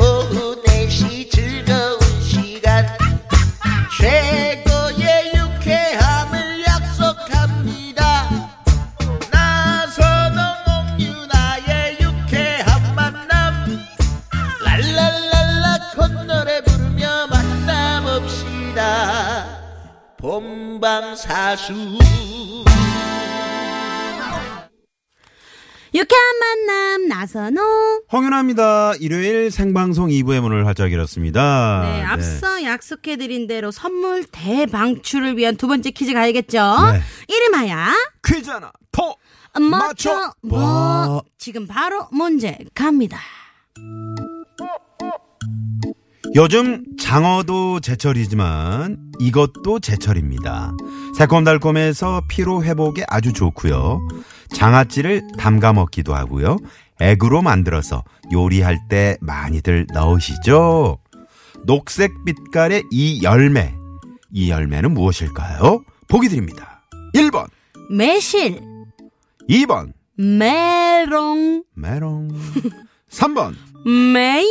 오후 4시 즐거운 시간 최고의 유쾌함을 약속합니다 나선홍 옥유나의 유쾌한 만남 랄랄랄라 콧노래 부르며 만남없시다 본방사수 유쾌한 만남 나선호. 홍윤아입니다. 일요일 생방송 2부의 문을 활짝 열었습니다. 네, 앞서 약속해드린 대로 선물 대방출을 위한 두 번째 퀴즈 가야겠죠. 네. 이름하야 퀴즈 하나 더! 음, 맞춰 봐. 뭐 지금 바로 문제 갑니다. 요즘 장어도 제철이지만 이것도 제철입니다. 새콤달콤해서 피로 회복에 아주 좋고요. 장아찌를 담가 먹기도 하고요. 액으로 만들어서 요리할 때 많이들 넣으시죠. 녹색 빛깔의 이 열매. 이 열매는 무엇일까요? 보기 드립니다. 1번, 매실 2번, 메롱 메롱. 3번, 메야.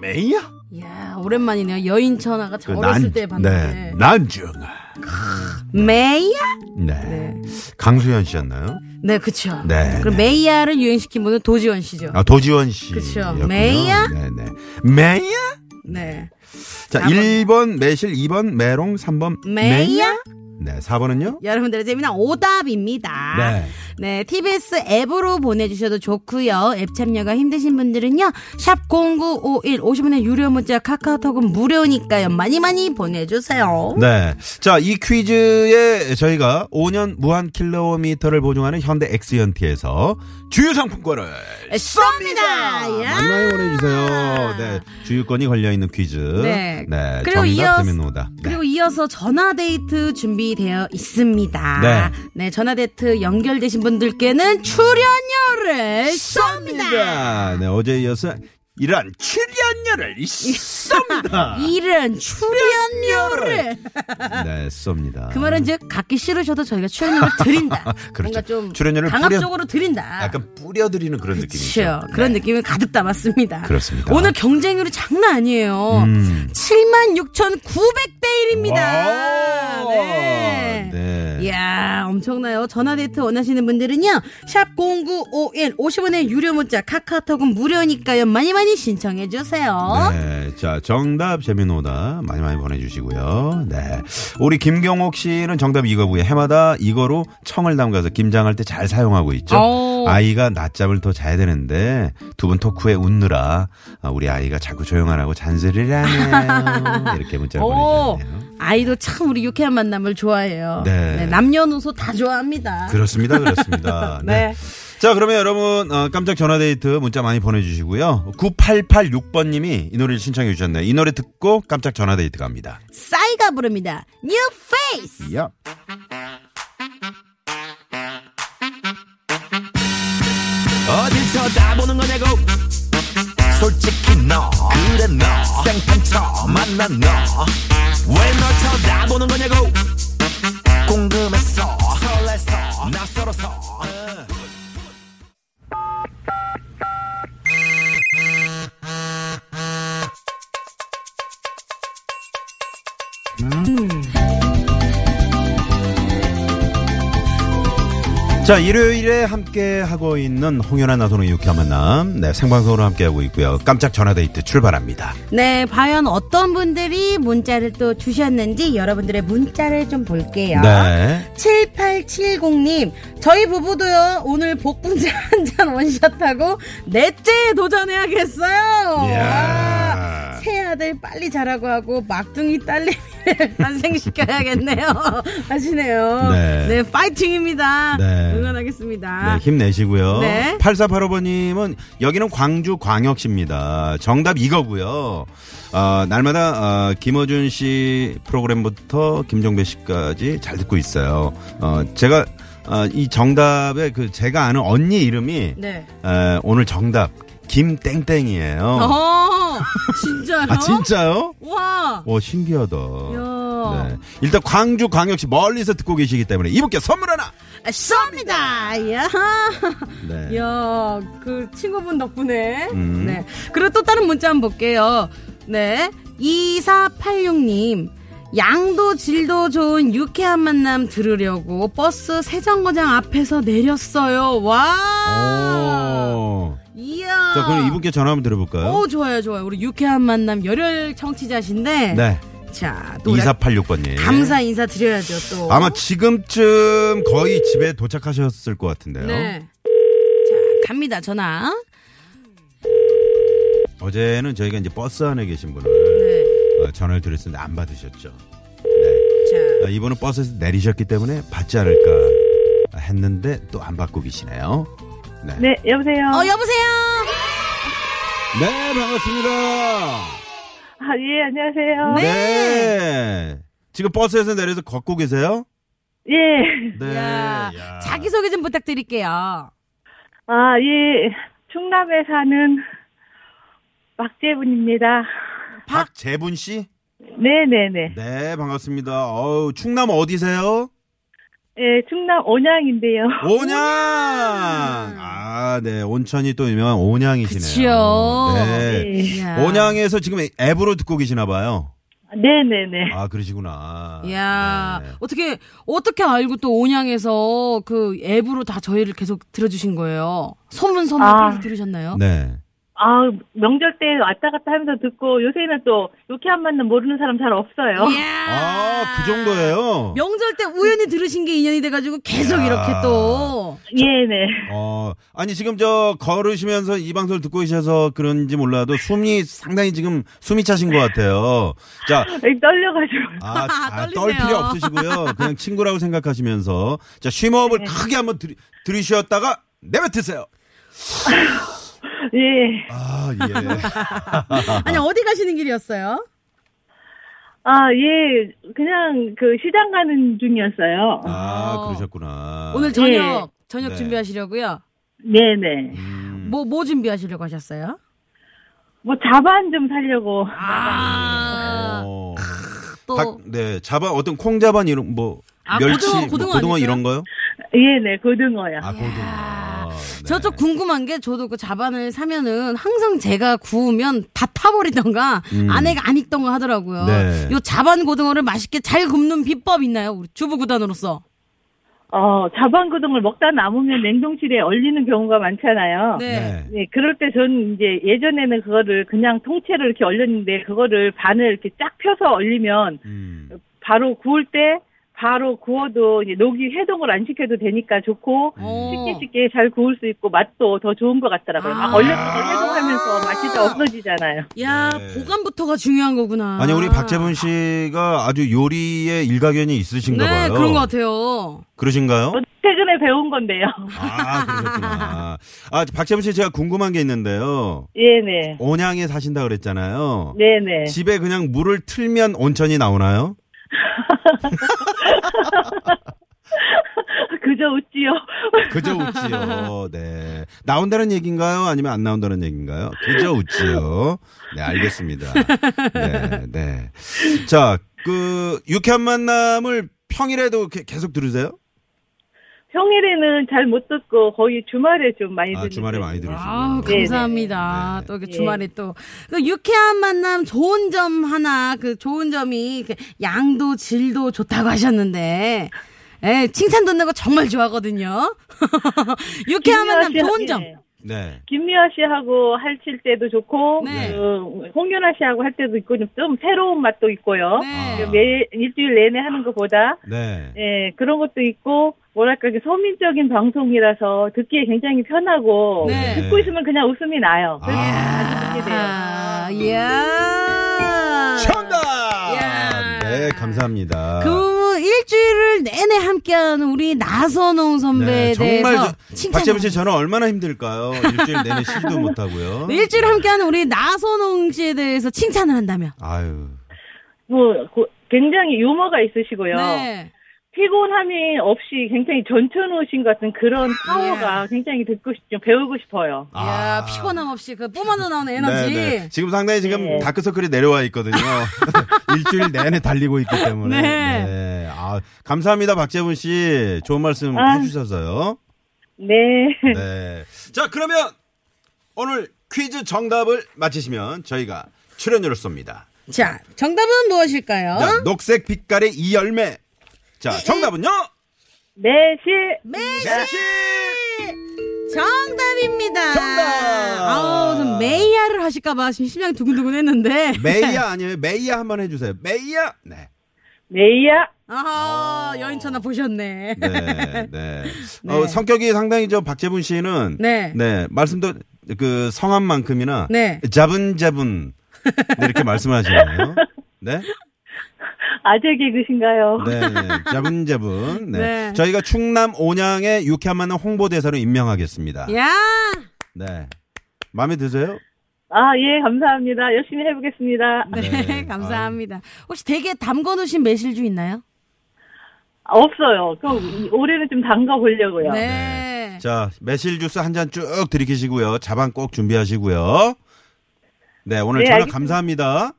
메이야. 야 오랜만이네요. 여인 천하가 저 어렸을 때 봤는데. 그 네, 난중아. 메야. 네. 강수현 씨였나요? 네, 그쵸. 네, 그럼 네. 메이야를 유행시킨 분은 도지원 씨죠. 아, 도지원 씨. 그쵸. 였군요. 메이야? 네네. 메이야? 네. 자, 사번. 1번 매실, 2번 메롱, 3번 메이야. 네, 4번은요? 여러분들의 재미난 오답입니다. 네. 네, TBS 앱으로 보내주셔도 좋고요. 앱 참여가 힘드신 분들은요. 샵 0951, 50원의 유료 문자 카카오톡은 무료니까요. 많이 많이 보내주세요. 네. 자, 이 퀴즈에 저희가 5년 무한 킬로미터를 보증하는 현대 엑스연티에서 주유 상품권을 네, 쏩니다! 예. 야! 많이 많이 보내주세요. 네. 주유권이 걸려있는 퀴즈. 네. 네. 그리고 정답 이어서- 되면 오다. 네. 그리고 이어서 전화데이트 준비되어 있습니다. 네. 전화데이트 연결되신 분들께는 출연료를 쏩니다. 네, 어제 이어서 이런 출연료를 쏩니다. 이런 출연료를. 네, 쏩니다. 그 말은 즉 갖기 싫으셔도 저희가 출연료를 드린다. 그렇죠. 뭔가 좀 출연료를 강압적으로 드린다. 약간 뿌려드리는 그런 그렇죠. 느낌이죠. 그런 네. 느낌을 가득 담았습니다. 그렇습니다. 오늘 경쟁률이 장난 아니에요. 음. 76,900대 1입니다. 와우. 네. 어. 네. 이야, 엄청나요. 전화데이트 원하시는 분들은요, 샵0951, 50원의 유료 문자, 카카오톡은 무료니까요, 많이 많이 신청해주세요. 네, 자 정답 재미노다 많이 많이 보내주시고요. 네, 우리 김경옥 씨는 정답 이거고요. 해마다 이거로 청을 담가서 김장할 때 잘 사용하고 있죠. 오. 아이가 낮잠을 더 자야 되는데 두 분 토크에 웃느라 아, 우리 아이가 자꾸 조용하라고 잔소리를 하네요. 이렇게 문자를 오, 보내주셨네요. 아이도 참 우리 유쾌한 만남을 좋아해요. 네. 그렇죠. 남녀노소 다 좋아합니다. 그렇습니다, 그렇습니다. 네. 자, 그러면 여러분, 어, 깜짝 전화데이트 문자 많이 보내주시고요. 9886번님이 이 노래를 신청해 주셨네요. 이 노래 듣고 깜짝 전화데이트 갑니다. 싸이가 부릅니다. New Face! 야. 어딜 쳐다보는 거냐고 솔직히 너 그래 너 생판처 만난 너왜 널 쳐다보는 거냐고 궁금했어 설레서 낯설어서 자, 일요일에 함께 하고 있는 홍연아 나선의 유쾌한 만남. 네, 생방송으로 함께 하고 있고요. 깜짝 전화데이트 출발합니다. 네, 과연 어떤 분들이 문자를 또 주셨는지 여러분들의 문자를 좀 볼게요. 네. 7870님, 저희 부부도요, 오늘 복분자 한 잔 원샷하고, 넷째에 도전해야겠어요! 이야. 와, 새 아들 빨리 자라고 하고, 막둥이 딸내미를 탄생시켜야겠네요. 하시네요. 네. 파이팅입니다. 네. 응원하겠습니다. 네, 힘내시고요. 아. 네. 8485번님은 여기는 광주 광역시입니다. 정답 이거고요. 어, 날마다 어, 김어준 씨 프로그램부터 김종배 씨까지 잘 듣고 있어요. 어, 제가 어, 이 정답에 그 제가 아는 언니 이름이 네. 에, 오늘 정답 김땡땡이에요. 어, 진짜요? 아 진짜요? 와! 오 신기하다. 야, 그렇죠. 네. 일단 광주 광역시 멀리서 듣고 계시기 때문에 이분께 선물 하나. 아, 쏩니다. 야. 네. 야, 그 친구분 덕분에. 음. 네. 그리고 또 다른 문자 한번 볼게요. 네. 2486님. 양도 질도 좋은 유쾌한 만남 들으려고 버스 세정거장 앞에서 내렸어요. 와. 오. 이야. 자, 그럼 이분께 전화 한번 드려볼까요? 오, 좋아요, 좋아요. 우리 유쾌한 만남 열혈 청취자신데. 네. 자, 또 우리 2486번님. 감사 인사 드려야죠, 또. 아마 지금쯤 거의 집에 도착하셨을 것 같은데요. 네. 자, 갑니다, 전화. 어제는 저희가 이제 버스 안에 계신 분을 네. 어, 전화를 드렸었는데 안 받으셨죠. 네. 자, 어, 이분은 버스에서 내리셨기 때문에 받지 않을까 했는데 또 안 받고 계시네요. 네. 네, 여보세요. 어, 여보세요? 네, 반갑습니다. 아, 예, 안녕하세요. 네. 지금 버스에서 내려서 걷고 계세요? 예. 네. 야, 야. 자기소개 좀 부탁드릴게요. 아, 예. 충남에 사는 박재분입니다. 박재분 씨? 네네네. 네, 반갑습니다. 어우, 충남 어디세요? 예, 충남 온양인데요. 온양! 아, 네. 온천이 또 유명한 온양이시네요. 그치요. 네. 이야. 온양에서 지금 앱으로 듣고 계시나 봐요. 네네네. 아, 그러시구나. 이야, 네. 어떻게, 어떻게 알고 또 온양에서 그 앱으로 다 저희를 계속 들어주신 거예요? 소문소문 아. 계속 들으셨나요? 네. 아, 명절 때 왔다 갔다 하면서 듣고 요새는 또 유쾌한 만남 모르는 사람 잘 없어요. 이야. 아, 그 정도예요? 명절 때 우연히 들으신 게 인연이 돼가지고 계속 이야. 이렇게 또. 예, 네. 어, 아니, 지금 저, 걸으시면서 이 방송을 듣고 계셔서 그런지 몰라도 숨이 상당히 지금 숨이 차신 것 같아요. 자, 떨려가지고. 아, 아, 떨리세요. 떨 필요 없으시고요. 그냥 친구라고 생각하시면서. 자, 네. 쉼업을 크게 한번 들이, 들이쉬었다가 내뱉으세요. 예. 아, 예. 아니, 어디 가시는 길이었어요? 아, 예. 그냥 그 시장 가는 중이었어요. 아, 그러셨구나. 오늘 저녁, 예. 저녁 네. 준비하시려고요? 네네. 음, 뭐, 뭐 준비하시려고 하셨어요? 뭐 자반 좀 살려고. 아, 어. 또. 닭, 네, 자반, 어떤 콩 자반 이런, 뭐, 아, 멸치, 고등어, 뭐 고등어 고등어 아닐까요? 이런 거요? 예네, 고등어요. 아, 고등어. 아, 네. 저도 궁금한 게 저도 그 자반을 사면은 항상 제가 구우면 다 타버리던가 음. 아내가 안 익던가 하더라고요. 네. 요 자반 고등어를 맛있게 잘 굽는 비법 있나요? 우리 주부 구단으로서. 어, 자반고등을 먹다 남으면 냉동실에 얼리는 경우가 많잖아요. 네. 네, 그럴 때 전 이제 예전에는 그거를 그냥 통째로 이렇게 얼렸는데 그거를 반을 이렇게 쫙 펴서 얼리면 음. 바로 구울 때 바로 구워도 이제 녹이 해동을 안 시켜도 되니까 좋고 어. 쉽게 쉽게 잘 구울 수 있고 맛도 더 좋은 것 같더라고요. 아. 막 얼렸다가 해동하면서 맛이 더 없어지잖아요. 야 네. 보관부터가 중요한 거구나. 아니, 우리 박재분 씨가 아주 요리에 일가견이 있으신가 네 봐요. 그런 것 같아요. 그러신가요? 뭐 최근에 배운 건데요. 아, 그러셨구나. 아, 박재분 씨 제가 궁금한 게 있는데요. 예, 네네. 온양에 사신다 그랬잖아요. 네네. 집에 그냥 물을 틀면 온천이 나오나요? 그저 웃지요. 그저 웃지요. 네. 나온다는 얘기인가요? 아니면 안 나온다는 얘기인가요? 그저 웃지요. 네, 알겠습니다. 네, 네. 자, 그, 유쾌한 만남을 평일에도 이렇게 계속 들으세요? 평일에는 잘 못 듣고 거의 주말에 좀 많이 듣는 아, 주말에 많이 편이에요. 아 들으시구나. 네, 감사합니다. 네. 또 이렇게 예. 주말에 또그 유쾌한 만남 좋은 점 하나 그 좋은 점이 이렇게 양도 질도 좋다고 하셨는데. 예, 칭찬 듣는 거 정말 좋아하거든요. 유쾌한 김미화 만남 씨, 좋은 예. 점. 네. 김미화 씨하고 할칠 때도 좋고 네. 그 홍윤아 씨하고 할 때도 있고 좀, 좀 새로운 맛도 있고요. 그 네. 아. 매일 일주일 내내 하는 것보다 네. 예 그런 것도 있고 뭐랄까 이게 서민적인 방송이라서 듣기에 굉장히 편하고 네. 듣고 있으면 그냥 웃음이 나요. 그래서 아. 듣게 돼요. 아, 이야. 정답! 야. 네, 감사합니다. 그 일주일을 내내 함께하는 우리 나선홍 선배에 네, 정말 대해서 저- 칭찬. 박재민 씨 저는 얼마나 힘들까요? 일주일 내내 쉬지도 못하고요. 일주일 함께하는 우리 나선홍 씨에 대해서 칭찬을 한다면. 아유. 뭐 고- 굉장히 유머가 있으시고요. 네. 피곤함이 없이 굉장히 전천후신 같은 그런 파워가 굉장히 듣고 싶죠. 배우고 싶어요. 야 피곤함 없이 그 뿜어져 나오는 에너지. 아. 네네. 지금 상당히 지금 네. 다크서클이 내려와 있거든요. 일주일 내내 달리고 있기 때문에. 네. 네. 아, 감사합니다. 박재훈 씨. 좋은 말씀 아. 해주셔서요. 네. 네. 자, 그러면 오늘 퀴즈 정답을 맞히시면 저희가 출연료를 쏩니다. 자 정답은 무엇일까요? 자, 녹색 빛깔의 이 열매. 자, 정답은요? 매실 매실 매실! 네. 정답입니다. 정답! 아우 전 메이야를 하실까봐 지금 심장이 두근두근했는데. 메이야 아니에요. 메이야 한번 해주세요. 메이야. 네. 메이야. 아 여인천하 보셨네. 어. 네. 네. 네. 어, 성격이 상당히 저 박재분 씨는 네. 말씀도 그 성함만큼이나 네. 자분자분 네, 이렇게 말씀하시네요. 네. 아재 개그신가요? 네. 자분자분. 네. 네. 저희가 충남 온양의 유쾌한 만남 홍보대사로 임명하겠습니다. 야 네. 마음에 드세요? 아, 예, 감사합니다. 열심히 해보겠습니다. 네, 감사합니다. 혹시 되게 담궈 놓으신 매실주 있나요? 아, 없어요. 그럼 이- 올해는 좀 담가보려고요. 네. 자, 매실 주스 한 잔 쭉 들이키시고요. 자반 꼭 준비하시고요. 네, 오늘 네, 전화 알겠습니다. 감사합니다.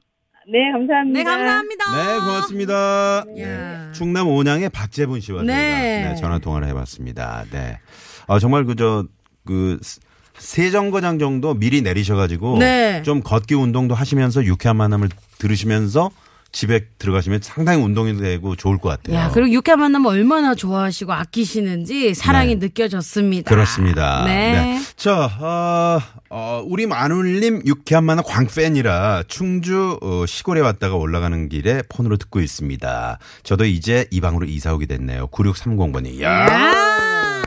네, 감사합니다. 네, 감사합니다. 네, 고맙습니다. 네. 야. 충남 온양의 박재분 씨와 저희가 네. 네, 전화 통화를 해봤습니다. 네, 아, 정말 그저 그 스- 세정거장 정도 미리 내리셔가지고 네. 좀 걷기 운동도 하시면서 유쾌한 만남을 들으시면서 집에 들어가시면 상당히 운동이 되고 좋을 것 같아요. 야, 그리고 육회 만나면 얼마나 좋아하시고 아끼시는지 사랑이 느껴졌습니다. 네. 그렇습니다. 네. 자, 아, 어, 우리 마눌님 유쾌한 만화 광팬이라 충주 어, 시골에 왔다가 올라가는 길에 폰으로 듣고 있습니다. 저도 이제 이 방으로 이사 오게 됐네요. 9630번이. 야. 야,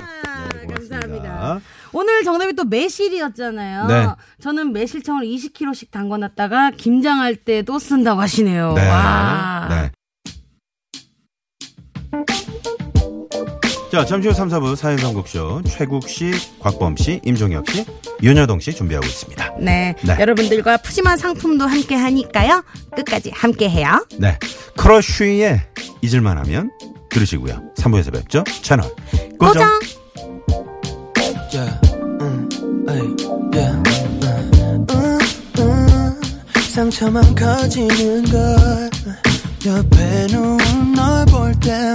네, 고맙습니다. 감사합니다. 오늘 정답이 또 매실이었잖아요. 네. 저는 매실청을 20kg씩 담궈놨다가 김장할 때도 쓴다고 하시네요. 네. 와. 네. 자, 잠시 후 3, 4부 사연 선곡쇼 최국 씨, 곽범 씨, 임종혁 씨, 윤여동 씨 준비하고 있습니다. 네. 네. 여러분들과 푸짐한 상품도 함께 하니까요. 끝까지 함께 해요. 네. 크러쉬의 잊을만 하면 들으시고요. 3부에서 뵙죠. 채널 고정. 고정. Yeah, 음, 에이, yeah, 음. 음, 음, 상처만 커지는 걸 옆에 누운 널볼 때 음,